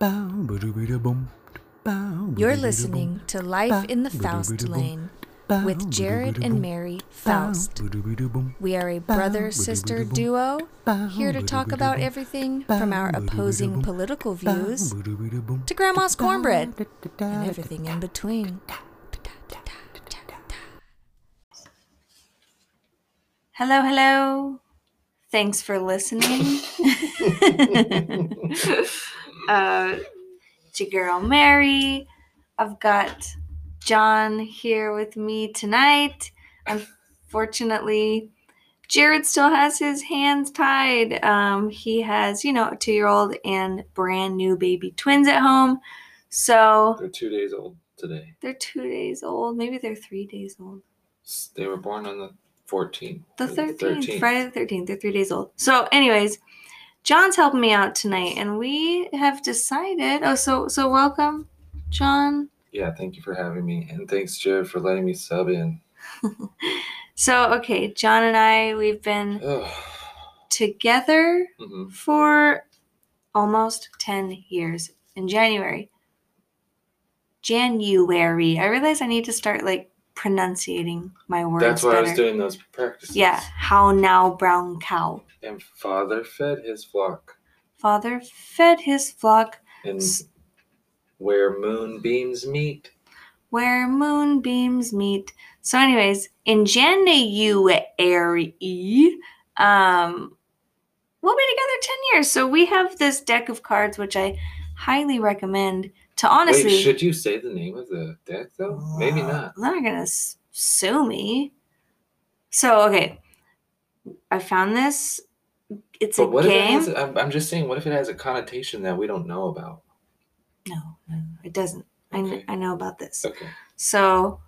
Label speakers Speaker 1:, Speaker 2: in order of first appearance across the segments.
Speaker 1: You're
Speaker 2: You're listening to Life in the Faust Lane with Jared and Mary Faust. We are a brother sister duo here to talk about everything from our opposing political views to grandma's cornbread and everything in between. Hello, hello. Thanks for listening. uh, it's your girl Mary. I've got John here with me tonight. Unfortunately, Jared still has his hands tied. Um, he has, you know, a two year old and brand new baby twins at home. So
Speaker 3: They're two days old today.
Speaker 2: they're two days old. Maybe they're three days old.
Speaker 3: S- They were born on the 14th.
Speaker 2: The
Speaker 3: or
Speaker 2: 13th, Friday the 13th. They're three days old. So, anyways, John's helping me out tonight, and we have decided. Oh, so so welcome, John.
Speaker 3: Yeah, thank you for having me. And thanks, Jared, for letting me sub in.
Speaker 2: So, okay, John and I, we've been together
Speaker 3: hmm
Speaker 2: for almost 10 years in January. January. I realize I need to start like pronunciating my words.
Speaker 3: That's why I was
Speaker 2: better.
Speaker 3: doing those practices.
Speaker 2: Yeah. How now, brown cow?
Speaker 3: And father fed his flock.
Speaker 2: Father fed his flock
Speaker 3: And
Speaker 2: S-
Speaker 3: where moonbeams meet.
Speaker 2: where moonbeams meet. So, anyways, in January, um, we'll be together 10 years. So, we have this deck of cards, which I highly recommend to honestly. Uh,
Speaker 3: Wait, should you say the name of the deck, though? Maybe not.
Speaker 2: They're not gonna s- sue me. So, okay. I found this. It's a
Speaker 3: but what if it
Speaker 2: game.
Speaker 3: has, I'm, I'm just saying, what if it has a connotation that we don't know about?
Speaker 2: no, no, it doesn't. I, kn-
Speaker 3: Okay.
Speaker 2: I know about this.
Speaker 3: Okay.
Speaker 2: So,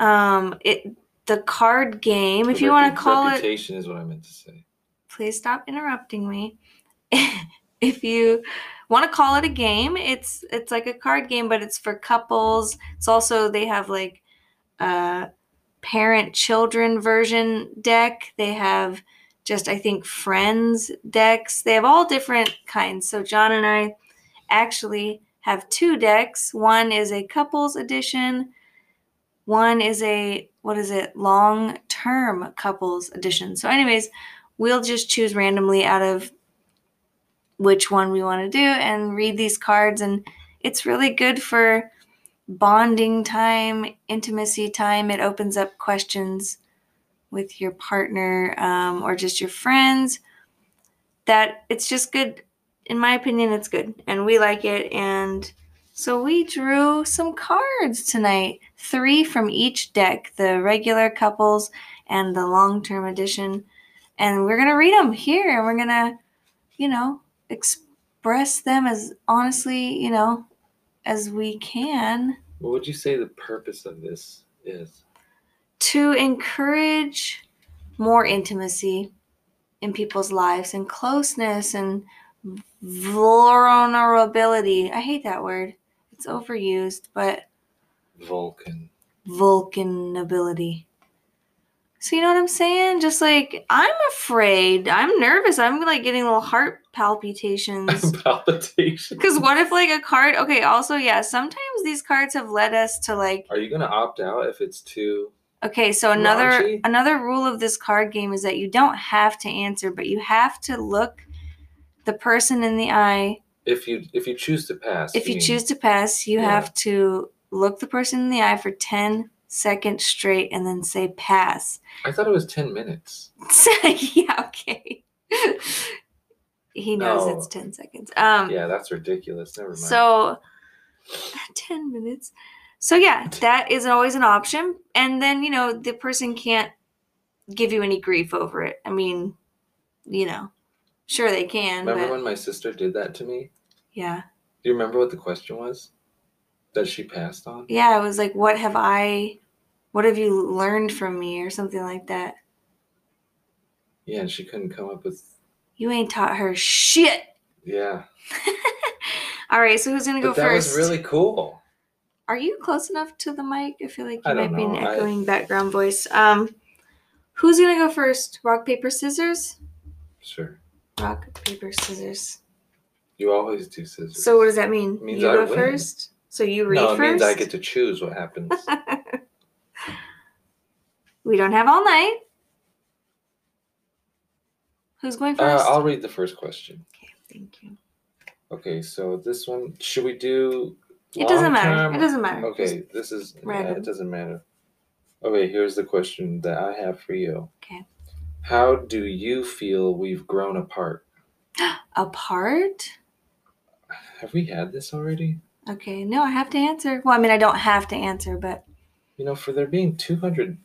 Speaker 2: um, it the card game, if you want to call it
Speaker 3: Reputation is what I meant to say.
Speaker 2: please stop interrupting me. if you want to call it a game, it's it's like a card game, but it's for couples. It's also they have like a parent children version deck. They have just I think friends decks. They have all different kinds. So John and I actually have two decks. One is a couples edition. One is a what is it? Long term couples edition. So anyways, we'll just choose randomly out of which one we want to do and read these cards and it's really good for bonding time intimacy time it opens up questions with your partner um, or just your friends that it's just good in my opinion it's good and we like it and so we drew some cards tonight three from each deck the regular couples and the long term edition and we're gonna read them here and we're gonna you know express them as honestly you know as we can
Speaker 3: What would you say the purpose of this is?
Speaker 2: to encourage more intimacy in people's lives and closeness and vulnerability i hate that word it's overused but
Speaker 3: Vulcan.
Speaker 2: vulcanability so you know what i'm saying just like i'm afraid i'm nervous i'm like getting little heart palpitations
Speaker 3: palpitation.
Speaker 2: Because what if like a card? Okay, also yeah. Sometimes these cards have led us to like.
Speaker 3: Are you gonna opt out if it's too?
Speaker 2: Okay, so another
Speaker 3: Raunchy?
Speaker 2: another rule of this card game is that you don't have to answer, but you have to look the person in the eye.
Speaker 3: If you if you choose to pass.
Speaker 2: If you
Speaker 3: mean,
Speaker 2: choose to pass, you
Speaker 3: Yeah.
Speaker 2: have to look the person in the eye for ten seconds straight, and then say pass.
Speaker 3: I thought it was ten minutes.
Speaker 2: yeah. Okay. he knows
Speaker 3: No.
Speaker 2: it's ten seconds. Um.
Speaker 3: Yeah, that's ridiculous. Never mind.
Speaker 2: So, 10 minutes. So, yeah, that is always an option. And then, you know, the person can't give you any grief over it. I mean, you know, sure they can,
Speaker 3: remember
Speaker 2: but
Speaker 3: when my sister did that to me?
Speaker 2: yeah.
Speaker 3: Do you remember what the question was? That she passed on.
Speaker 2: Yeah, it was like, what have I, what have you learned from me or something like that?
Speaker 3: Yeah, and she couldn't come up with.
Speaker 2: You ain't taught her shit.
Speaker 3: Yeah,
Speaker 2: All right, so who's going to go
Speaker 3: but that
Speaker 2: first?
Speaker 3: was really cool.
Speaker 2: Are you close enough to the mic? I feel like
Speaker 3: I
Speaker 2: you
Speaker 3: don't
Speaker 2: might be an
Speaker 3: know, I-
Speaker 2: echoing background voice. Um, who's going to go first? Rock, paper, scissors?
Speaker 3: Sure.
Speaker 2: Rock, paper, scissors.
Speaker 3: You always do scissors.
Speaker 2: So what does that mean?
Speaker 3: Means
Speaker 2: you
Speaker 3: I
Speaker 2: go
Speaker 3: win.
Speaker 2: first. So you read
Speaker 3: No, it
Speaker 2: first.
Speaker 3: means I get to choose what happens. Uh,
Speaker 2: we don't have all night. Who's going
Speaker 3: uh,
Speaker 2: first?
Speaker 3: I'll read the first question.
Speaker 2: okay, thank you.
Speaker 3: Okay, so this one should we do?
Speaker 2: It doesn't
Speaker 3: long
Speaker 2: matter.
Speaker 3: term-
Speaker 2: It doesn't matter. Just-
Speaker 3: Okay, this is yeah,
Speaker 2: random.
Speaker 3: it doesn't matter. Okay, here's the question that I have for you.
Speaker 2: Okay.
Speaker 3: How do you feel we've grown apart?
Speaker 2: Apart.
Speaker 3: Have we had this already?
Speaker 2: Okay. No, I have to answer. Well, I mean, I don't have to answer, but
Speaker 3: You know, for there being 200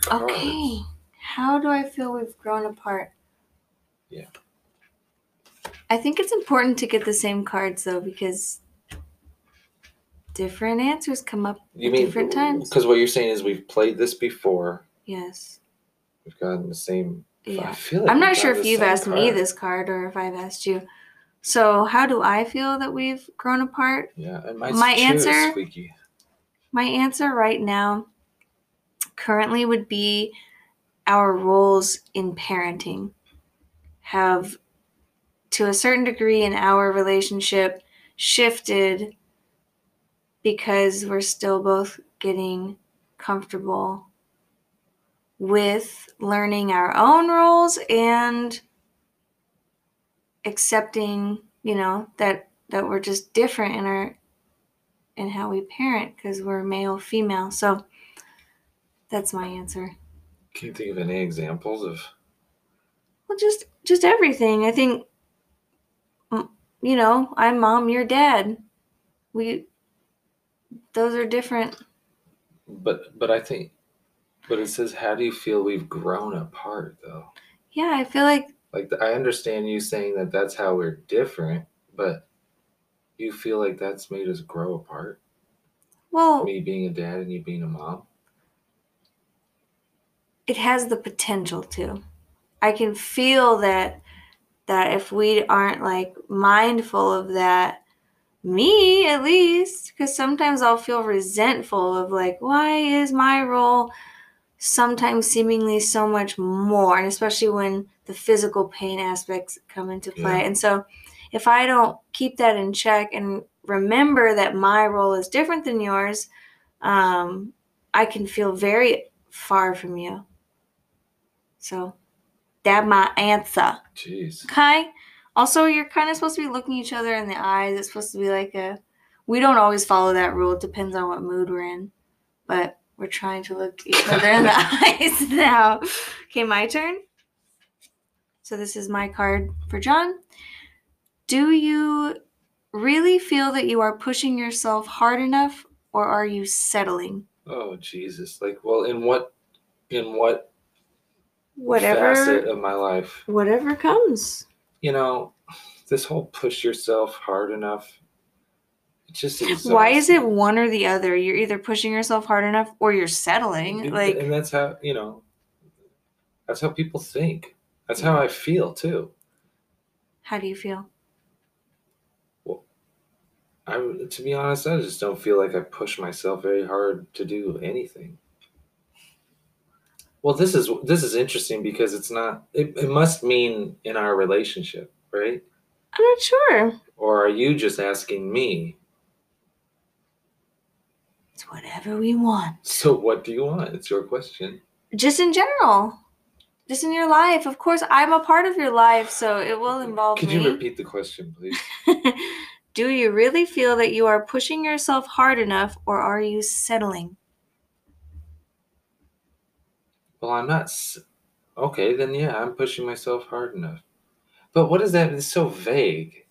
Speaker 3: cards.
Speaker 2: okay. How do I feel we've grown apart?
Speaker 3: Yeah.
Speaker 2: I think it's important to get the same cards though, because different answers come up
Speaker 3: You
Speaker 2: at
Speaker 3: mean
Speaker 2: different times.
Speaker 3: Because what you're saying is we've played this before.
Speaker 2: Yes.
Speaker 3: We've gotten the same. I
Speaker 2: Yeah.
Speaker 3: feel like
Speaker 2: I'm
Speaker 3: we've
Speaker 2: not sure
Speaker 3: gotten
Speaker 2: if
Speaker 3: the
Speaker 2: you've
Speaker 3: same
Speaker 2: asked me
Speaker 3: card.
Speaker 2: this card or if I've asked you. So, how do I feel that we've grown apart?
Speaker 3: Yeah, and my,
Speaker 2: My answer-
Speaker 3: answer. Squeaky.
Speaker 2: My answer right now currently would be our roles in parenting have, to a certain degree, in our relationship shifted because we're still both getting comfortable with learning our own roles and accepting, you know, that that we're just different in our and how we parent because we're male female so that's my answer
Speaker 3: Can you think of any examples of?
Speaker 2: well just just everything i think mm, you know i'm mom you're dad we those are different
Speaker 3: But but I think, but it says, how do you feel we've grown apart though?
Speaker 2: yeah i feel like
Speaker 3: Like I understand you saying that that's how we're different, but you feel like that's made us grow apart.
Speaker 2: well
Speaker 3: Me being a dad and you being a mom.
Speaker 2: it has the potential to i can feel that that if we aren't like mindful of that me at least because sometimes i'll feel resentful of like why is my role sometimes seemingly so much more and especially when the physical pain aspects come into play
Speaker 3: Yeah.
Speaker 2: and so if i don't keep that in check and remember that my role is different than yours um, i can feel very far from you so that my answer
Speaker 3: Jeez.
Speaker 2: Okay. Also, you're kind of supposed to be looking each other in the eyes. It's supposed to be like a. We don't always follow that rule. It depends on what mood we're in, but we're trying to look each other in the eyes now. Okay, my turn. So this is my card for John. Do you really feel that you are pushing yourself hard enough, or are you settling?
Speaker 3: Oh Jesus. Like well, in what, in what facet
Speaker 2: Whatever,
Speaker 3: of my life?
Speaker 2: whatever comes.
Speaker 3: You know, this whole push yourself hard enough. It just.
Speaker 2: Why is it
Speaker 3: exhausting.
Speaker 2: one or the other? You're either pushing yourself hard enough or you're settling.
Speaker 3: And-
Speaker 2: Like
Speaker 3: and that's how you know that's how people think that's how i feel too
Speaker 2: How do you feel?
Speaker 3: i to be honest i just don't feel like i push myself very hard to do anything well this is this is interesting because it's not it, it must mean in our relationship right
Speaker 2: I'm not sure.
Speaker 3: or are you just asking me
Speaker 2: It's whatever we want.
Speaker 3: so what do you want it's your question
Speaker 2: Just in general. Just in your life. Of course, I'm a part of your life, so it will involve
Speaker 3: could
Speaker 2: me.
Speaker 3: you repeat the question please
Speaker 2: do you really feel that you are pushing yourself hard enough or are you settling?
Speaker 3: Well, I'm not. s- Okay, then yeah, I'm pushing myself hard enough. But what is that? It's so vague.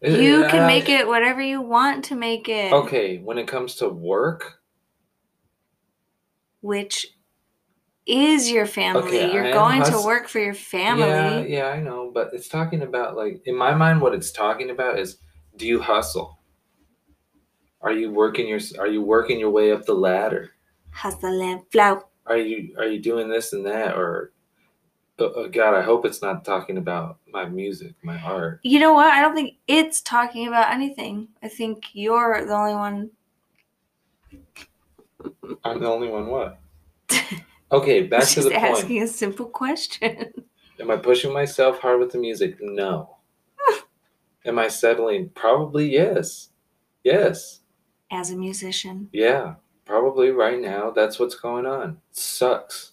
Speaker 3: It-
Speaker 2: You
Speaker 3: I-
Speaker 2: can make it whatever you want to make it.
Speaker 3: Uh, Okay, when it comes to work,
Speaker 2: Which is your family.
Speaker 3: Okay, I
Speaker 2: You're
Speaker 3: am
Speaker 2: going
Speaker 3: hus-
Speaker 2: to work for your family.
Speaker 3: yeah, yeah, I know. But it's talking about like in my mind, what it's talking about is, do you hustle? Are you working your Are you working your way up the ladder?
Speaker 2: Hustle and flow.
Speaker 3: Are you Are you doing this and that or? Oh, oh, God, I hope it's not talking about my music, my art.
Speaker 2: You know what? I don't think it's talking about anything. I think you're the only one.
Speaker 3: I'm the only one. What? Okay, back
Speaker 2: That's
Speaker 3: to
Speaker 2: just
Speaker 3: the point.
Speaker 2: asking a simple question.
Speaker 3: Am I pushing myself hard with the music? No. Am I settling? Probably yes. Yes.
Speaker 2: as a musician.
Speaker 3: Yeah. Probably right now that's what's going on. sucks.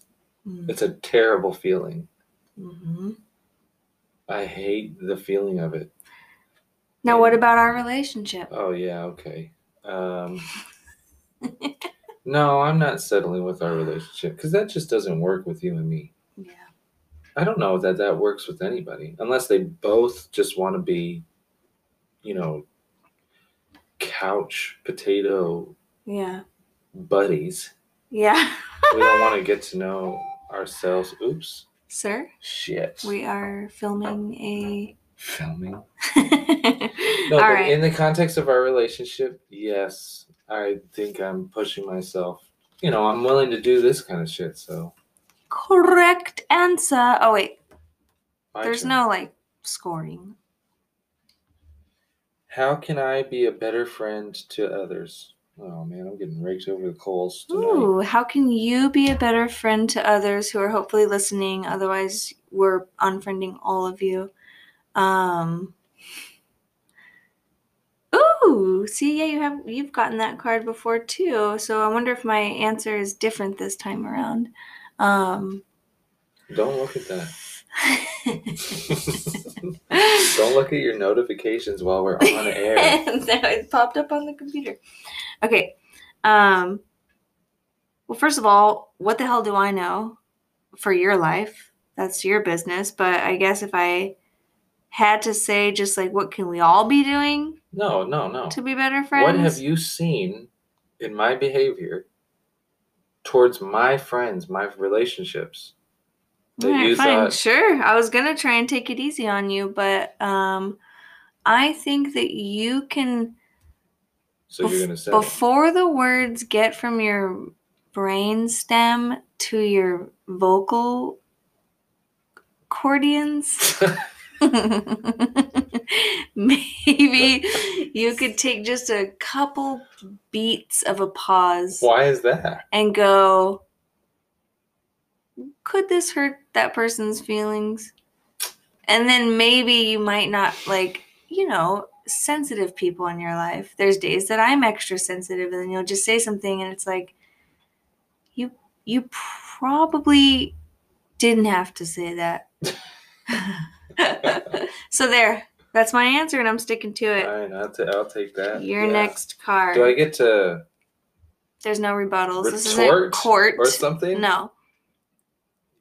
Speaker 3: It's a terrible feeling.
Speaker 2: Mm-hmm.
Speaker 3: I hate the feeling of it.
Speaker 2: Now, what about our relationship?
Speaker 3: Oh yeah, okay. Um No, I'm not settling with our relationship because that just doesn't work with you and me.
Speaker 2: Yeah.
Speaker 3: I don't know that that works with anybody unless they both just want to be, you know, couch potato
Speaker 2: Yeah.
Speaker 3: buddies.
Speaker 2: Yeah.
Speaker 3: we don't want to get to know ourselves. Oops.
Speaker 2: Sir,
Speaker 3: Shit.
Speaker 2: we are filming a.
Speaker 3: filming.
Speaker 2: All
Speaker 3: No, but
Speaker 2: right.
Speaker 3: in the context of our relationship, yes, I think I'm pushing myself. You know, I'm willing to do this kind of shit. So
Speaker 2: Correct answer. Oh, wait.
Speaker 3: my
Speaker 2: There's
Speaker 3: turn.
Speaker 2: no like scoring.
Speaker 3: How can I be a better friend to others? Oh man, I'm getting raked over the coals tonight.
Speaker 2: Ooh, how can you be a better friend to others who are hopefully listening? Otherwise, we're unfriending all of you. Um. Ooh, see, yeah, you have you've gotten that card before too. So I wonder if my answer is different this time around. Um,
Speaker 3: Don't look at that. Don't look at your notifications while we're on air.
Speaker 2: no, it popped up on the computer. Okay. Um, well, first of all, what the hell do I know for your life? That's your business. But I guess if I had to say, just like, what can we all be doing
Speaker 3: No, no, no.
Speaker 2: to be better friends?
Speaker 3: What have you seen in my behavior towards my friends, my relationships? that
Speaker 2: All right,
Speaker 3: you
Speaker 2: fine,
Speaker 3: thought-
Speaker 2: sure. I was gonna try and take it easy on you, but um, I think that you can.
Speaker 3: So you're gonna say
Speaker 2: before the words get from your brain stem to your vocal cordians maybe you could take just a couple beats of a pause
Speaker 3: why is that?
Speaker 2: and go could this hurt that person's feelings and then maybe you might not like you know sensitive people in your life there's days that i'm extra sensitive and then you'll just say something and it's like you you probably didn't have to say that so there that's my answer and i'm sticking to it
Speaker 3: Fine, I'll, ta- I'll take that.
Speaker 2: your
Speaker 3: Uh, Yeah.
Speaker 2: next card
Speaker 3: Do I get to
Speaker 2: there's no rebuttals this isn't
Speaker 3: retort
Speaker 2: court
Speaker 3: or something?
Speaker 2: No.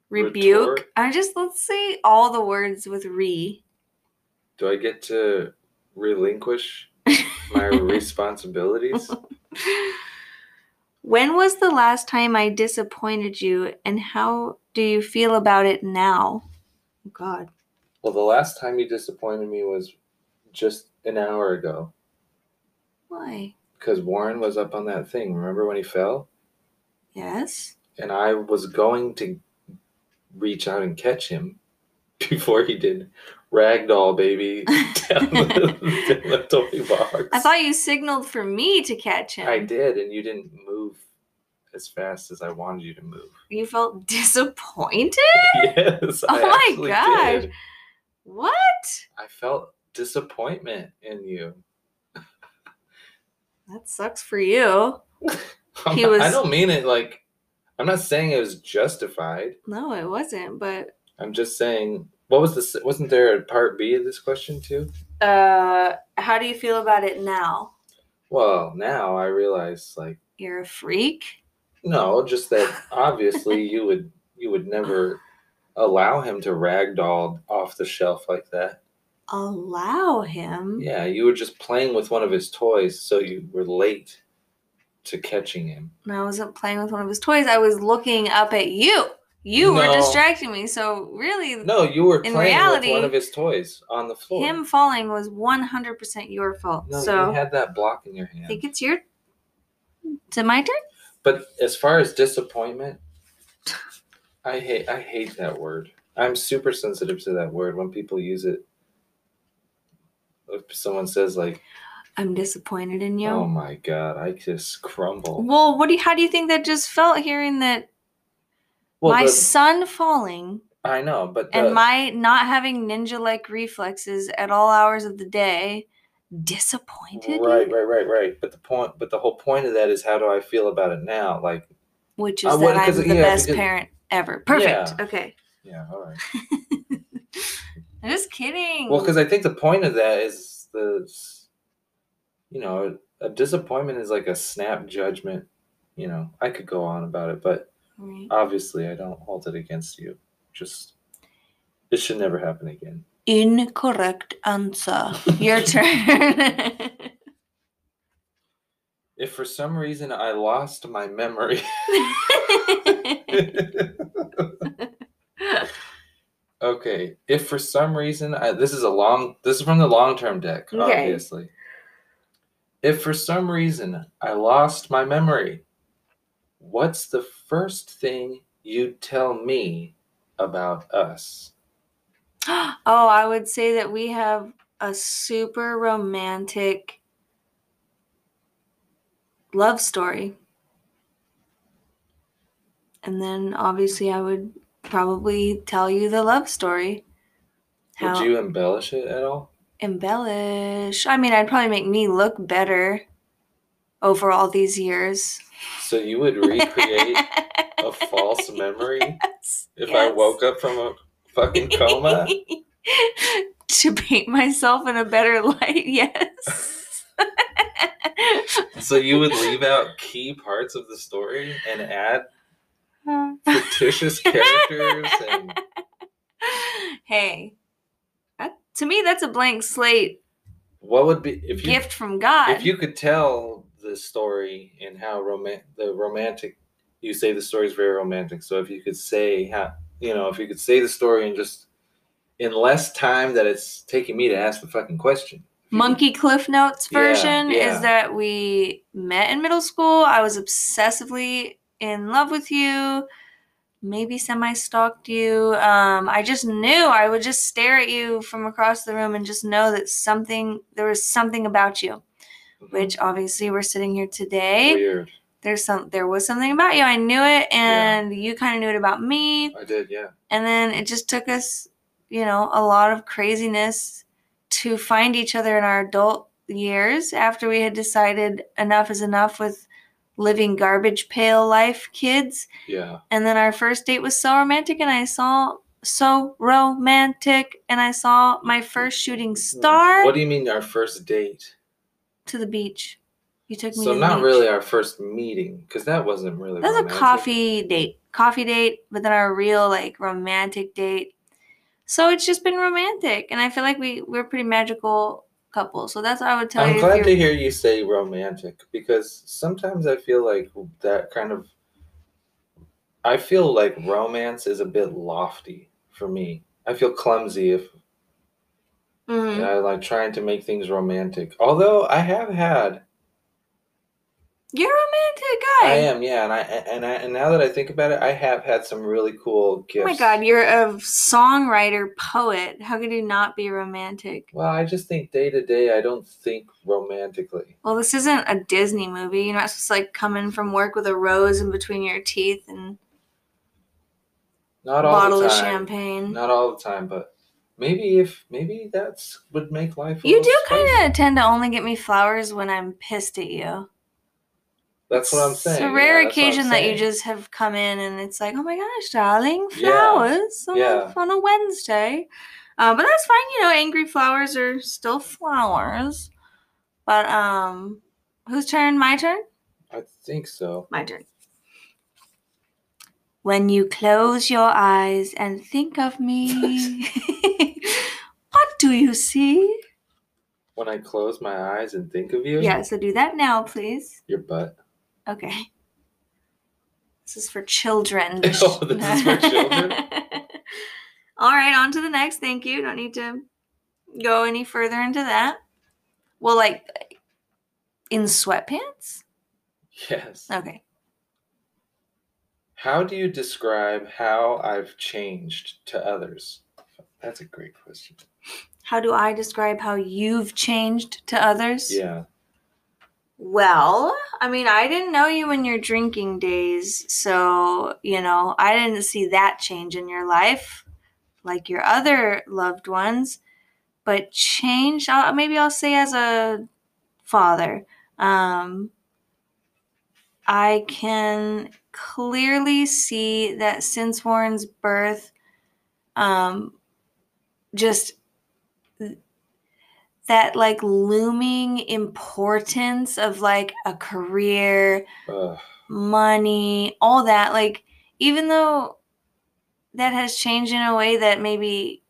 Speaker 2: Rebuke.
Speaker 3: Retort?
Speaker 2: I just let's say all the words with re.
Speaker 3: Do I get to relinquish my responsibilities?
Speaker 2: When was the last time I disappointed you and how do you feel about it now?
Speaker 3: Oh,
Speaker 2: God.
Speaker 3: Well, the last time you disappointed me was just an hour ago
Speaker 2: Why?
Speaker 3: because Warren was up on that thing. Remember when he fell?
Speaker 2: Yes.
Speaker 3: And I was going to reach out and catch him before he did ragdoll baby down the, down the toy box.
Speaker 2: I thought you signaled for me to catch him.
Speaker 3: I did, and you didn't move as fast as I wanted you to move.
Speaker 2: You felt disappointed?
Speaker 3: yes. I
Speaker 2: Oh my
Speaker 3: actually
Speaker 2: gosh.
Speaker 3: did.
Speaker 2: What?
Speaker 3: I felt disappointment in you.
Speaker 2: That sucks for you.
Speaker 3: I'm
Speaker 2: He
Speaker 3: not- I
Speaker 2: was-
Speaker 3: don't mean it like I'm not saying it was justified.
Speaker 2: No, it wasn't, but
Speaker 3: I'm just saying what was this wasn't there a part B of this question too?
Speaker 2: uh how do you feel about it now?
Speaker 3: Well, now I realize like
Speaker 2: You're a freak?
Speaker 3: no, just that obviously you would you would never allow him to ragdoll off the shelf like that.
Speaker 2: Allow him.
Speaker 3: Yeah, you were just playing with one of his toys, so you were late to catching him.
Speaker 2: and I wasn't playing with one of his toys. I was looking up at you. You
Speaker 3: No.
Speaker 2: were distracting me. So really,
Speaker 3: No, you were
Speaker 2: In
Speaker 3: playing
Speaker 2: reality,
Speaker 3: with one of his toys on the floor.
Speaker 2: him falling was one hundred percent your fault.
Speaker 3: no,
Speaker 2: so
Speaker 3: you had that block in your hand.
Speaker 2: I think it's your. Is it my turn?
Speaker 3: But as far as disappointment, I hate I hate that word. I'm super sensitive to that word when people use it. If someone says like,
Speaker 2: I'm disappointed in you.
Speaker 3: "Oh my god," I just crumble.
Speaker 2: well, what do you, how do you think that just felt hearing that
Speaker 3: Well,
Speaker 2: my
Speaker 3: the,
Speaker 2: son falling
Speaker 3: I know, but the,
Speaker 2: and my not having ninja like reflexes at all hours of the day disappointed
Speaker 3: right,
Speaker 2: you,
Speaker 3: right, right, right. But the point, but the whole point of that is how do I feel about it now? Like,
Speaker 2: which
Speaker 3: I
Speaker 2: is that
Speaker 3: wouldn't-
Speaker 2: I'm
Speaker 3: 'cause-
Speaker 2: the
Speaker 3: yeah,
Speaker 2: best
Speaker 3: because-
Speaker 2: parent ever. Perfect. Okay.
Speaker 3: yeah, all right.
Speaker 2: I'm just kidding.
Speaker 3: Well, because I think the point of that is the, you know, a disappointment is like a snap judgment. You know, I could go on about it, but
Speaker 2: Right.
Speaker 3: obviously I don't hold it against you. Just, this should never happen again.
Speaker 2: Incorrect answer. Your turn.
Speaker 3: If for some reason I lost my memory, okay. If for some reason I, this is a long, this is from the long term deck,
Speaker 2: Okay.
Speaker 3: obviously. If for some reason I lost my memory, what's the first thing you tell me about us?
Speaker 2: oh, I would say that we have a super romantic love story. And then obviously I would probably tell you the love story. How
Speaker 3: Would you embellish it at all?
Speaker 2: embellish. I mean, I'd probably make me look better over all these years.
Speaker 3: So you would recreate a false memory
Speaker 2: Yes,
Speaker 3: if I
Speaker 2: yes.
Speaker 3: woke up from a fucking coma?
Speaker 2: to paint myself in a better light, yes.
Speaker 3: so you would leave out key parts of the story and add fictitious characters and
Speaker 2: hey, that, to me, that's a blank slate
Speaker 3: what would be if you
Speaker 2: gift from God.
Speaker 3: if you could tell the story and how romantic the romantic you say the story is very romantic so if you could say how you know if you could say the story in just in less time that it's taking me to ask the fucking question If you could-
Speaker 2: Monkey Cliff Notes
Speaker 3: Yeah,
Speaker 2: version
Speaker 3: yeah.
Speaker 2: is that we met in middle school. I was obsessively in love with you, maybe semi stalked you. Um, I just knew I would just stare at you from across the room and just know that something, there was something about you, which obviously we're sitting here today.
Speaker 3: Mm-hmm. weird
Speaker 2: There's some, there was something about you. I knew it, and you kind of knew it about me
Speaker 3: i did yeah
Speaker 2: and then it just took us you know a lot of craziness to find each other in our adult years after we had decided enough is enough with living garbage pail life kids
Speaker 3: yeah
Speaker 2: and then our first date was so romantic and i saw so romantic and i saw my first shooting star
Speaker 3: what do you mean our first date
Speaker 2: to the beach you took me
Speaker 3: so
Speaker 2: to the
Speaker 3: not
Speaker 2: beach.
Speaker 3: really our first meeting because that wasn't really
Speaker 2: That was a
Speaker 3: romantic.
Speaker 2: coffee date. Coffee date, but then our real like romantic date. So it's just been romantic. And I feel like we, we're a pretty magical couple. So that's what I would tell
Speaker 3: I'm
Speaker 2: you.
Speaker 3: glad
Speaker 2: if
Speaker 3: to
Speaker 2: you're,
Speaker 3: hear you say romantic because sometimes I feel like that kind of I feel like romance is a bit lofty for me. I feel clumsy if
Speaker 2: Mhm.
Speaker 3: I like trying to make things romantic. Although I have had
Speaker 2: You're a romantic guy.
Speaker 3: I am, yeah, and I and I and now that I think about it, I have had some really cool
Speaker 2: Oh
Speaker 3: gifts.
Speaker 2: my god, you're a songwriter, poet. How could you not be romantic?
Speaker 3: Well, I just think day to day I don't think romantically.
Speaker 2: Well, this isn't a Disney movie. You're not supposed to like come in from work with a rose in between your teeth and a
Speaker 3: Not all
Speaker 2: bottle
Speaker 3: the
Speaker 2: of
Speaker 3: time.
Speaker 2: champagne.
Speaker 3: Not all the time, but maybe if maybe that's would make life a
Speaker 2: You
Speaker 3: little
Speaker 2: do
Speaker 3: spicy.
Speaker 2: kind of tend to only get me flowers when I'm pissed at you.
Speaker 3: That's what I'm saying.
Speaker 2: It's a
Speaker 3: yeah,
Speaker 2: rare
Speaker 3: that's what I'm
Speaker 2: occasion that you
Speaker 3: saying.
Speaker 2: just have come in and it's like, oh my gosh, darling,
Speaker 3: Yeah.
Speaker 2: flowers on,
Speaker 3: Yeah.
Speaker 2: a, on a Wednesday. Uh, but that's fine, you know, angry flowers are still flowers. But um whose turn? My turn?
Speaker 3: I think so.
Speaker 2: My turn. When you close your eyes and think of me, what do you see?
Speaker 3: When I close my eyes and think of you,
Speaker 2: Yeah, so do that now, please.
Speaker 3: your butt.
Speaker 2: Okay. This is for children.
Speaker 3: Oh, this is for children?
Speaker 2: All right, on to the next. Thank you. Don't need to go any further into that. Well, like in sweatpants?
Speaker 3: Yes.
Speaker 2: Okay.
Speaker 3: How do you describe how I've changed to others? That's a great question.
Speaker 2: How do I describe how you've changed to others?
Speaker 3: Yeah.
Speaker 2: Well, I mean, I didn't know you in your drinking days, so, you know, I didn't see that change in your life. like your other loved ones, but change. I'll, maybe I'll say as a father, um, I can clearly see that since Warren's birth, um, just th- that like looming importance of like a career,
Speaker 3: Ugh.
Speaker 2: money, all that. Like, even though that has changed in a way that maybe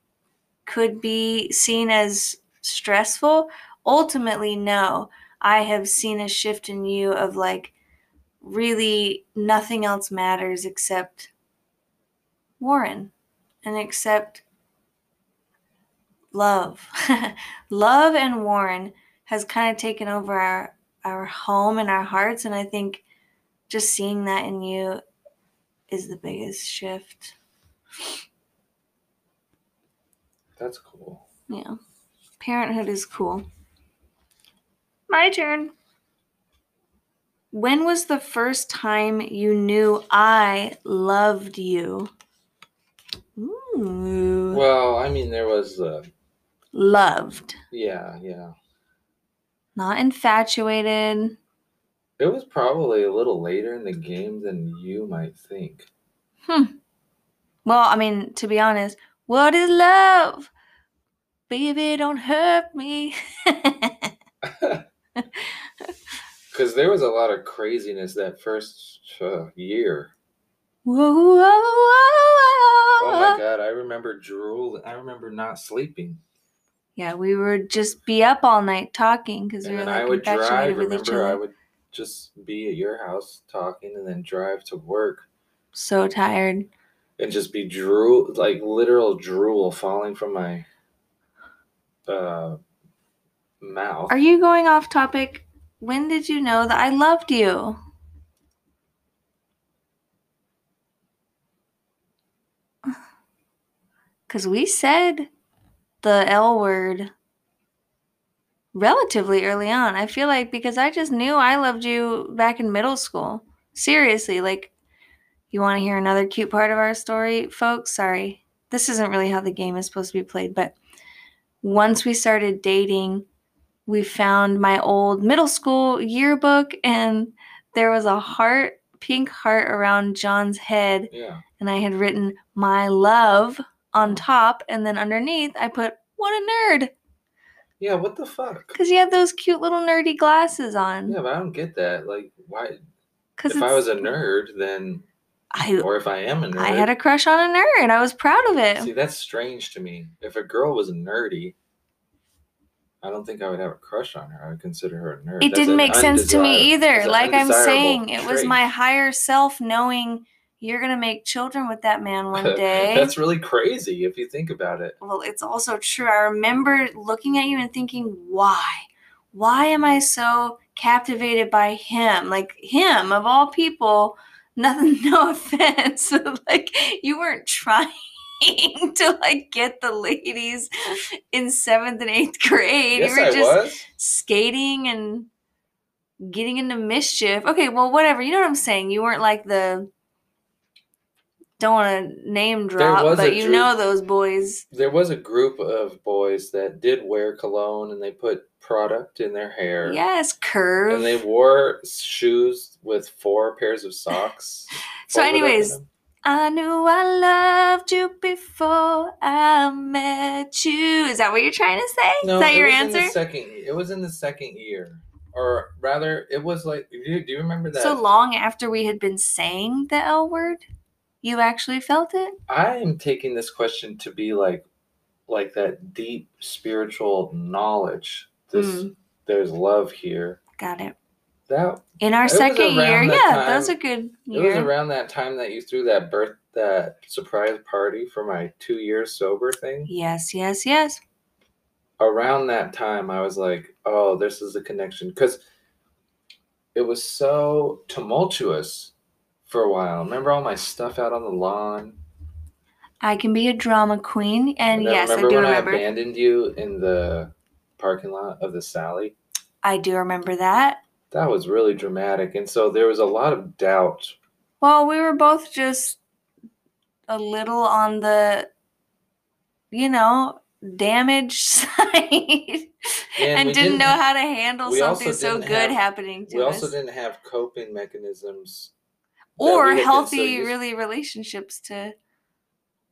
Speaker 2: could be seen as stressful, ultimately, no. I have seen a shift in you of like really nothing else matters except Warren and except love. love and Warren has kind of taken over our our home and our hearts and I think just seeing that in you is the biggest shift.
Speaker 3: that's cool.
Speaker 2: Yeah. Parenthood is cool. My turn. When was the first time you knew I loved you? Ooh.
Speaker 3: Well, I mean, there was, uh,
Speaker 2: loved,
Speaker 3: yeah, yeah.
Speaker 2: not infatuated.
Speaker 3: It was probably a little later in the game than you might think.
Speaker 2: Well, I mean, to be honest, what is love? Baby, don't hurt me.
Speaker 3: Because there was a lot of craziness that first uh, year.
Speaker 2: Whoa, whoa, whoa, whoa.
Speaker 3: Oh my god, I remember drool. I remember not sleeping.
Speaker 2: Yeah, we would just be up all night talking because we
Speaker 3: And
Speaker 2: were
Speaker 3: then
Speaker 2: like
Speaker 3: I would
Speaker 2: infatuated
Speaker 3: drive.
Speaker 2: with each
Speaker 3: Remember,
Speaker 2: other.
Speaker 3: I would just be at your house talking and then drive to work
Speaker 2: So tired.
Speaker 3: and just be drool, like literal drool falling from my uh, mouth.
Speaker 2: Are you going off topic? When did you know that I loved you? Because we said the L word relatively early on. I feel like because I just knew I loved you back in middle school. Seriously, like, you want to hear another cute part of our story, folks? Sorry. This isn't really how the game is supposed to be played, but once we started dating, we found my old middle school yearbook and there was a heart, pink heart around John's head
Speaker 3: yeah.
Speaker 2: and I had written my love
Speaker 3: Oh.
Speaker 2: on top, and then underneath I put what a nerd
Speaker 3: Yeah, what the fuck?
Speaker 2: because you had those cute little nerdy glasses on.
Speaker 3: Yeah, but I don't get that. Like, why?
Speaker 2: Because
Speaker 3: if I was a nerd, then,
Speaker 2: I,
Speaker 3: or if I am a nerd,
Speaker 2: I had a crush on a nerd. I was proud of it.
Speaker 3: See, that's strange to me. If a girl was nerdy, I don't think I would have a crush on her. I would consider her a nerd.
Speaker 2: it
Speaker 3: That's
Speaker 2: didn't
Speaker 3: an
Speaker 2: make sense to
Speaker 3: undesirable-
Speaker 2: me
Speaker 3: that's
Speaker 2: either.
Speaker 3: an
Speaker 2: Like I'm
Speaker 3: undesirable
Speaker 2: saying, it was
Speaker 3: trait.
Speaker 2: my higher self knowing you're gonna make children with that man one day.
Speaker 3: that's really crazy if you think about it.
Speaker 2: well, it's also true. I remember looking at you and thinking, why? Why am I so captivated by him? Like him of all people, nothing no offense. like you weren't trying to like get the ladies in seventh and eighth grade.
Speaker 3: yes,
Speaker 2: you were
Speaker 3: I
Speaker 2: just
Speaker 3: was.
Speaker 2: skating and getting into mischief. Okay, well, whatever. You know what I'm saying. You weren't like the don't want to name drop,
Speaker 3: was a
Speaker 2: but you
Speaker 3: Drew-
Speaker 2: know those boys.
Speaker 3: There was a group of boys that did wear cologne and they put product in their hair.
Speaker 2: Yes, curve.
Speaker 3: And they wore shoes with four pairs of socks.
Speaker 2: So
Speaker 3: folded up in
Speaker 2: anyways,
Speaker 3: them.
Speaker 2: I knew I loved you before I met you. Is that what you're trying to say?
Speaker 3: No,
Speaker 2: Is that
Speaker 3: it
Speaker 2: your
Speaker 3: was In
Speaker 2: answer?
Speaker 3: the second, it was in the second year, or rather, it was like. Do you, do you remember that?
Speaker 2: So long after we had been saying the L word, you actually felt it?
Speaker 3: I am taking this question to be like, like that deep spiritual knowledge. This
Speaker 2: Mm.
Speaker 3: there's love here.
Speaker 2: Got it.
Speaker 3: That
Speaker 2: In our
Speaker 3: It was
Speaker 2: second year,
Speaker 3: around that
Speaker 2: yeah,
Speaker 3: time-
Speaker 2: that was a good
Speaker 3: it was
Speaker 2: year.
Speaker 3: around that time that you threw that birth that surprise party for my two years sober thing.
Speaker 2: yes, yes, yes.
Speaker 3: Around that time, I was like, oh, this is the connection because it was so tumultuous for a while. Remember all my stuff out on the lawn.
Speaker 2: I can be a drama queen, and,
Speaker 3: then
Speaker 2: yes, I
Speaker 3: remember
Speaker 2: do
Speaker 3: when
Speaker 2: remember.
Speaker 3: I abandoned you in the parking lot of the Sally?
Speaker 2: I do remember that.
Speaker 3: That was really dramatic, and so there was a lot of doubt.
Speaker 2: Well, we were both just a little on the you know, damaged side and,
Speaker 3: we
Speaker 2: didn't
Speaker 3: didn't
Speaker 2: know
Speaker 3: have-
Speaker 2: how to handle
Speaker 3: we also
Speaker 2: something so
Speaker 3: didn't
Speaker 2: good
Speaker 3: have-
Speaker 2: happening to
Speaker 3: We also
Speaker 2: us.
Speaker 3: didn't have coping mechanisms. we
Speaker 2: Or
Speaker 3: had been so
Speaker 2: healthy,
Speaker 3: used-
Speaker 2: really relationships to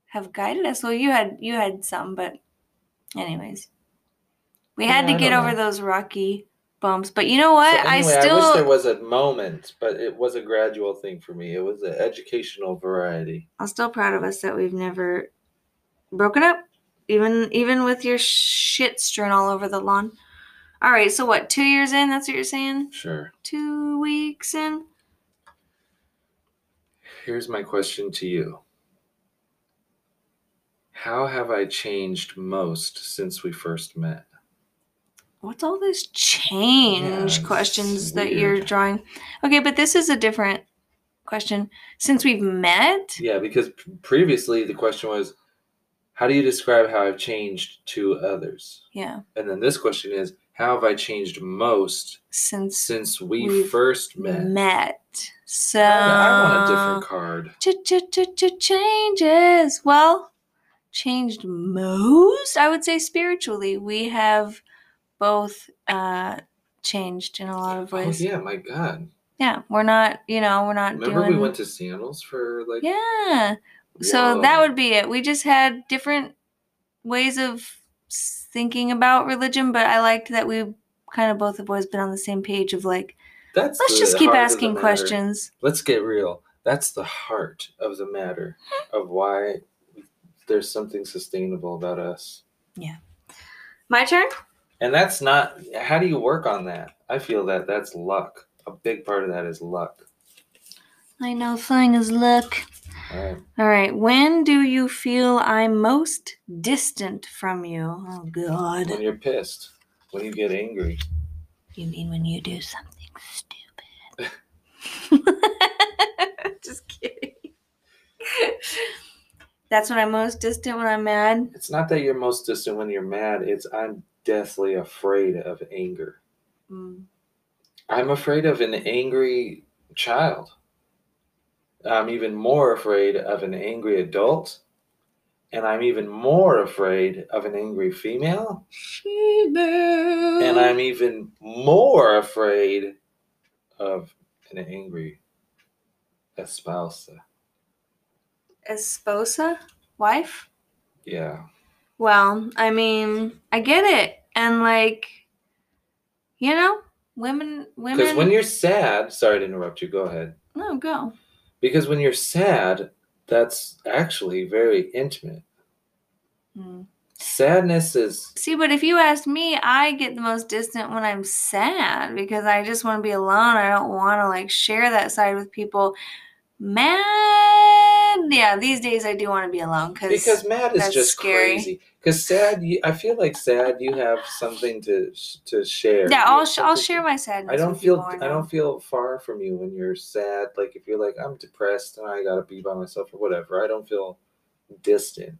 Speaker 2: have guided us. Well, you had you had some, but anyways. We had to
Speaker 3: Yeah, I
Speaker 2: get
Speaker 3: don't
Speaker 2: over
Speaker 3: know.
Speaker 2: those rocky bumps. But you know what?
Speaker 3: So anyway,
Speaker 2: I still
Speaker 3: wish there was a moment, but it was a gradual thing for me. It was an educational variety.
Speaker 2: I'm still proud of us that we've never broken up, even even with your shit strewn all over the lawn. All right, so what? Two years in? That's what you're saying?
Speaker 3: Sure.
Speaker 2: Two weeks in?
Speaker 3: Here's my question to you. How have I changed most since we first met?
Speaker 2: What's all this change
Speaker 3: it's
Speaker 2: questions that you're
Speaker 3: weird.
Speaker 2: drawing? Okay, but this is a different question. Since we've met,
Speaker 3: Yeah, because p- previously the question was, how do you describe how I've changed to others?
Speaker 2: yeah,
Speaker 3: And then this question is, how have I changed most
Speaker 2: since
Speaker 3: since we
Speaker 2: We've
Speaker 3: first met?
Speaker 2: met. So
Speaker 3: I want a different card.
Speaker 2: ch ch ch ch changes. Well, changed most, I would say, spiritually. We have both uh, changed in a lot of
Speaker 3: Oh,
Speaker 2: ways. yeah.
Speaker 3: yeah, my God.
Speaker 2: we're not, you know, we're not
Speaker 3: Remember
Speaker 2: doing.
Speaker 3: we went to Sandals for like.
Speaker 2: yeah, so that
Speaker 3: Whoa.
Speaker 2: would be it. We just had different ways of s- thinking about religion, but I liked that we kind of both have always been on the same page of like,
Speaker 3: That's
Speaker 2: let's
Speaker 3: the
Speaker 2: just keep
Speaker 3: heart of the
Speaker 2: asking
Speaker 3: matter.
Speaker 2: questions.
Speaker 3: Let's get real. That's the heart of the matter of why there's something sustainable about us.
Speaker 2: My turn.
Speaker 3: And that's not how do you work on that? I feel that that's luck. A big part of that is luck.
Speaker 2: I know flying is luck.
Speaker 3: All right.
Speaker 2: All right. When do you feel I'm most distant from you? Oh, God.
Speaker 3: When you're pissed, when you get angry.
Speaker 2: You mean when you do something stupid? Just kidding. That's when I'm most distant when I'm mad.
Speaker 3: It's not that you're most distant when you're mad, it's I'm deathly afraid of anger.
Speaker 2: Mm.
Speaker 3: I'm afraid of an angry child. I'm even more afraid of an angry adult. And I'm even more afraid of an angry female. And I'm even more afraid of an angry esposa.
Speaker 2: Esposa? Wife?
Speaker 3: Yeah.
Speaker 2: Well, I mean, I get it. And, like, you know, women.
Speaker 3: Because
Speaker 2: women
Speaker 3: when you're sad, sorry to interrupt you, go ahead.
Speaker 2: No, go.
Speaker 3: Because when you're sad, that's actually very intimate.
Speaker 2: Mm.
Speaker 3: Sadness is
Speaker 2: See, but if you ask me, I get the most distant when I'm sad because I just want to be alone. I don't want to like share that side with people. Mad, yeah. These days, I do want to be alone
Speaker 3: because
Speaker 2: because
Speaker 3: mad is
Speaker 2: that's
Speaker 3: just
Speaker 2: scary.
Speaker 3: crazy. Because sad, you, I feel like sad. You have something to sh- to share.
Speaker 2: yeah,
Speaker 3: You
Speaker 2: I'll
Speaker 3: have
Speaker 2: sh- I'll
Speaker 3: something-
Speaker 2: share my sadness.
Speaker 3: I don't
Speaker 2: with you
Speaker 3: feel
Speaker 2: more
Speaker 3: I
Speaker 2: now.
Speaker 3: don't feel far from you when you're sad. Like if you're like I'm depressed and I gotta be by myself or whatever. I don't feel distant.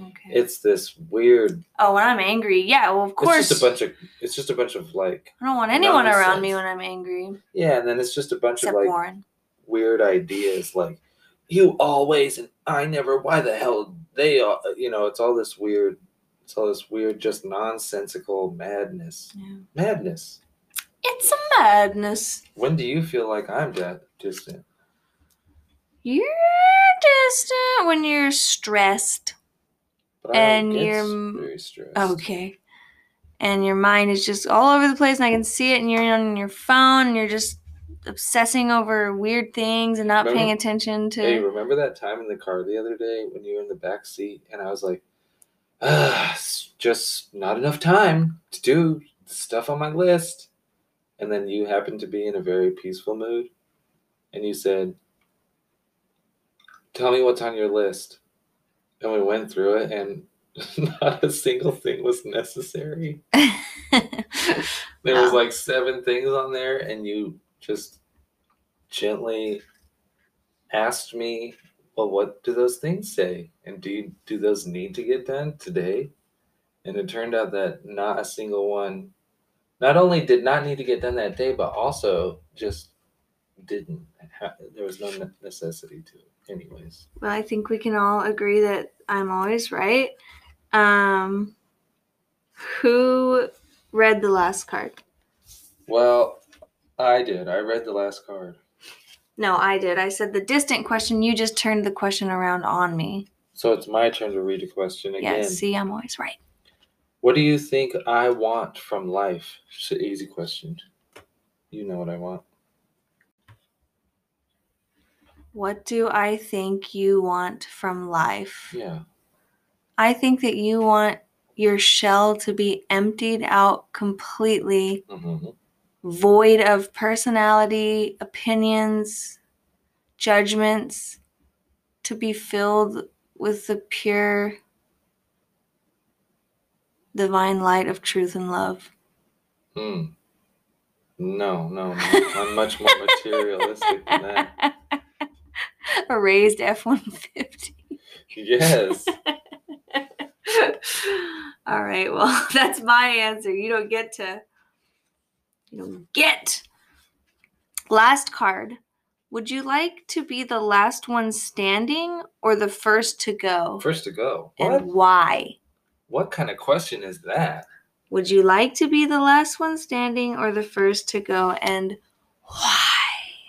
Speaker 2: Okay.
Speaker 3: It's this weird.
Speaker 2: oh, when I'm angry, yeah. Well, of course,
Speaker 3: It's just a bunch of. It's just a bunch of like
Speaker 2: I don't want anyone around me
Speaker 3: nonsense.
Speaker 2: when I'm angry
Speaker 3: yeah, and then it's just a bunch
Speaker 2: except
Speaker 3: of like
Speaker 2: Warren.
Speaker 3: weird ideas like you always and I never. Why the hell they are? You know, it's all this weird. It's all this weird, just nonsensical madness.
Speaker 2: Yeah.
Speaker 3: Madness.
Speaker 2: It's a madness.
Speaker 3: When do you feel like I'm dead distant?
Speaker 2: You're distant when you're stressed.
Speaker 3: But I don't
Speaker 2: And
Speaker 3: get
Speaker 2: you're
Speaker 3: s-
Speaker 2: m- Oh,
Speaker 3: very stressed.
Speaker 2: Okay. And your mind is just all over the place, and I can see it. And you're on your phone, and you're just obsessing over weird things and not paying
Speaker 3: Remember-
Speaker 2: attention to.
Speaker 3: Hey, remember that time in the car the other day when you were in the back seat and I was like, ah, s- just not enough time to do the stuff on my list. And then you happened to be in a very peaceful mood and you said, Tell me what's on your list. And we went through it and not a single thing was necessary. There was
Speaker 2: Oh.
Speaker 3: like seven things on there, and you just gently asked me, "Well, what do those things say? And do you, do those need to get done today?" And it turned out that not a single one, not only did not need to get done that day, but also just didn't. ha- There was no ne- necessity to it, anyways.
Speaker 2: well, I think we can all agree that I'm always right. Um, who read the last card?
Speaker 3: Well, I did. I read the last card.
Speaker 2: No, I did. I said the distant question. You just turned the question around on me.
Speaker 3: So it's my turn to read a question again.
Speaker 2: Yeah, see, I'm always right.
Speaker 3: What do you think I want from life? It's an easy question. You know what I want.
Speaker 2: What do I think you want from life?
Speaker 3: Yeah.
Speaker 2: I think that you want your shell to be emptied out completely
Speaker 3: hmm
Speaker 2: void of personality, opinions, judgments, to be filled with the pure divine light of truth and love.
Speaker 3: Mm. No, no, no. I'm much more materialistic than that.
Speaker 2: A raised F 150.
Speaker 3: Yes.
Speaker 2: All right, well, that's my answer. You don't get to. You don't get. Last card. Would you like to be the last one standing or the first to go?
Speaker 3: First to go.
Speaker 2: And
Speaker 3: What?
Speaker 2: why?
Speaker 3: What kind of question is that?
Speaker 2: Would you like to be the last one standing or the first to go? And why?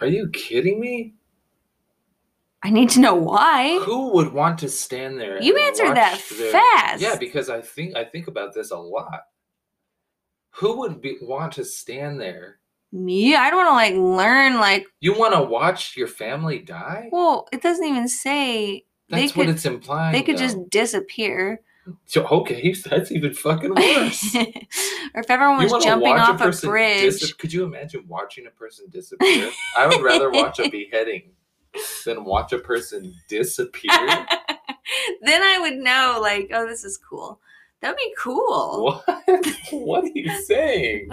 Speaker 3: Are you kidding me?
Speaker 2: I need to know why.
Speaker 3: Who would want to stand there?
Speaker 2: You
Speaker 3: and
Speaker 2: answered
Speaker 3: watch
Speaker 2: that
Speaker 3: their-
Speaker 2: fast.
Speaker 3: Yeah, because I think I think about this a lot. Who would be, want to stand there?
Speaker 2: Me? I don't want to like learn, like,
Speaker 3: You want to watch your family die?
Speaker 2: well, it doesn't even say they
Speaker 3: That's what
Speaker 2: could-
Speaker 3: it's implying.
Speaker 2: they could
Speaker 3: though.
Speaker 2: just disappear.
Speaker 3: So, okay, that's even fucking
Speaker 2: or
Speaker 3: worse.
Speaker 2: if everyone was
Speaker 3: wanna
Speaker 2: jumping
Speaker 3: watch
Speaker 2: off a,
Speaker 3: person
Speaker 2: bridge.
Speaker 3: dis- could you imagine watching a person disappear? I would rather watch a beheading than watch a person disappear.
Speaker 2: then I would know, like, oh, this is cool. That'd be cool.
Speaker 3: what? What are you saying?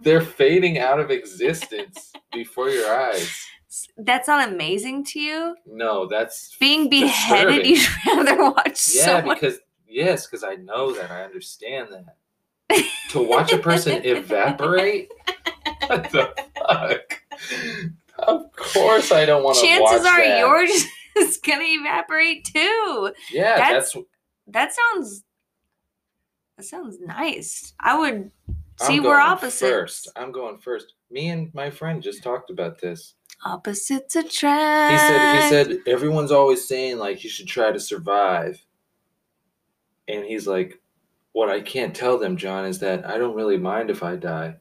Speaker 3: They're fading out of existence before your eyes.
Speaker 2: S- That's not amazing to you.
Speaker 3: No, that's
Speaker 2: Being beheaded,
Speaker 3: Disturbing.
Speaker 2: you'd rather watch
Speaker 3: yeah,
Speaker 2: someone.
Speaker 3: because yes, because I know that I understand that. to watch a person evaporate, what the fuck? Of course, I don't want to.
Speaker 2: Chances
Speaker 3: watch
Speaker 2: are
Speaker 3: that.
Speaker 2: yours is gonna evaporate too.
Speaker 3: Yeah,
Speaker 2: That's-
Speaker 3: that's.
Speaker 2: That sounds. That sounds nice. I would.
Speaker 3: I'm
Speaker 2: See, we're
Speaker 3: going
Speaker 2: opposites.
Speaker 3: First, I'm going first. Me and my friend just talked about this.
Speaker 2: Opposites
Speaker 3: He
Speaker 2: attract.
Speaker 3: said. He said everyone's always saying like you should try to survive. And he's like, "What I can't tell them, John, is that I don't really mind if I die."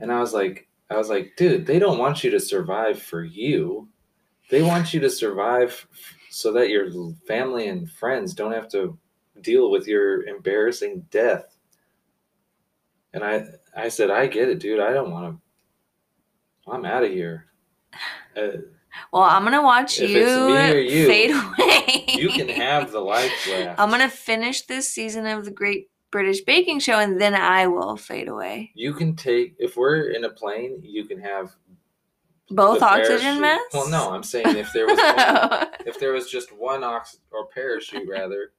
Speaker 3: And I was like, "I was like, dude, they don't want you to survive for you. They want you to survive so that your family and friends don't have to deal with your embarrassing death." And I, I said, "I get it, dude. I don't want to. I'm out of here." Uh,
Speaker 2: "Well, I'm gonna watch
Speaker 3: If
Speaker 2: you,
Speaker 3: it's me or you,
Speaker 2: fade away.
Speaker 3: you can have the life left.
Speaker 2: I'm gonna finish this season of the Great British Baking Show, and then I will fade away.
Speaker 3: You can take if we're in a plane. You can have
Speaker 2: Both
Speaker 3: the
Speaker 2: oxygen
Speaker 3: parachute-
Speaker 2: masks.
Speaker 3: Well, no, I'm saying if there was one, if there was just one ox or parachute rather.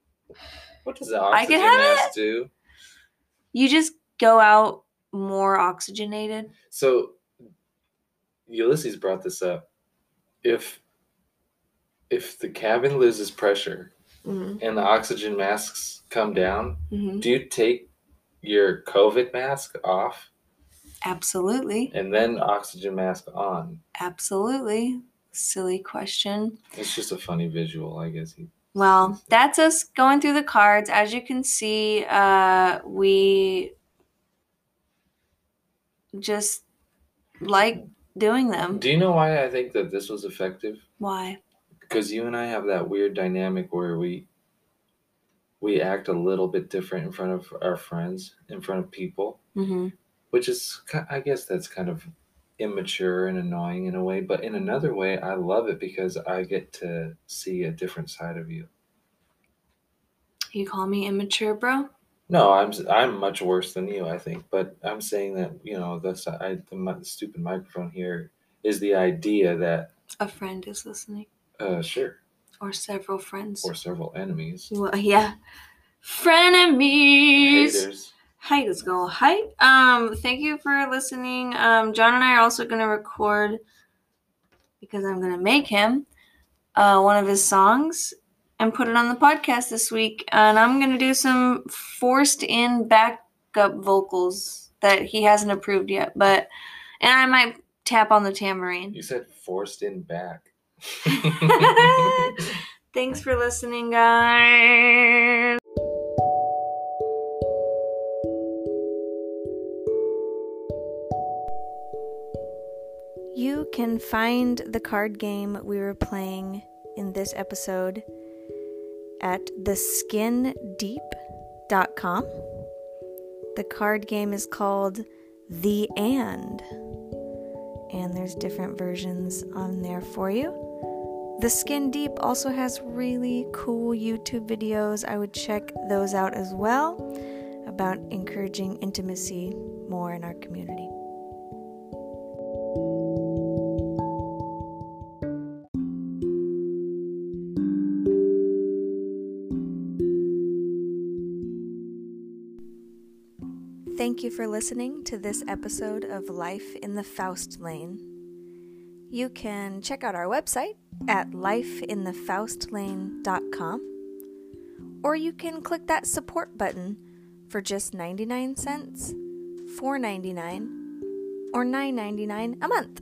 Speaker 3: What does the
Speaker 2: I
Speaker 3: oxygen
Speaker 2: can have
Speaker 3: mask do?
Speaker 2: you just go out more oxygenated.
Speaker 3: So Ulysses brought this up. If if the cabin loses pressure
Speaker 2: Mm-hmm.
Speaker 3: and the oxygen masks come down, do you take your COVID mask off
Speaker 2: Absolutely,
Speaker 3: and then oxygen mask on?
Speaker 2: absolutely. Silly question.
Speaker 3: It's just a funny visual, I guess.
Speaker 2: Well, that's us going through the cards. As you can see, uh, we just like doing them.
Speaker 3: Do you know why I think that this was effective?
Speaker 2: Why?
Speaker 3: Because you and I have that weird dynamic where we we act a little bit different in front of our friends, in front of people,
Speaker 2: Mm-hmm.
Speaker 3: which is ki- I guess that's kind of immature and annoying in a way, but in another way, I love it because I get to see a different side of you.
Speaker 2: You call me immature, bro?
Speaker 3: No, I'm s- I'm much worse than you, I think. But I'm saying that you know this I, the mi- stupid microphone here is the idea that
Speaker 2: A friend is listening,
Speaker 3: uh, sure
Speaker 2: or several friends.
Speaker 3: or several enemies.
Speaker 2: Well, yeah. Frenemies.
Speaker 3: Haters.
Speaker 2: Hi, let's go. Hi. Um, thank you for listening. Um, John and I are also gonna record because I'm gonna make him uh one of his songs and put it on the podcast this week. And I'm going to do some forced in backup vocals that he hasn't approved yet. But, and I might tap on the tambourine.
Speaker 3: You said forced in back.
Speaker 2: Thanks for listening, guys. You can find the card game we were playing in this episode at theskindeep.com. The card game is called The And, and there's different versions on there for you. The Skin Deep also has really cool YouTube videos. I would check those out as well about encouraging intimacy more in our community. Thank you for listening to this episode of Life in the Faust Lane. You can check out our website at lifeinthefaustlane.com or you can click that support button for just 99 cents, 4.99 or 9.99 a month.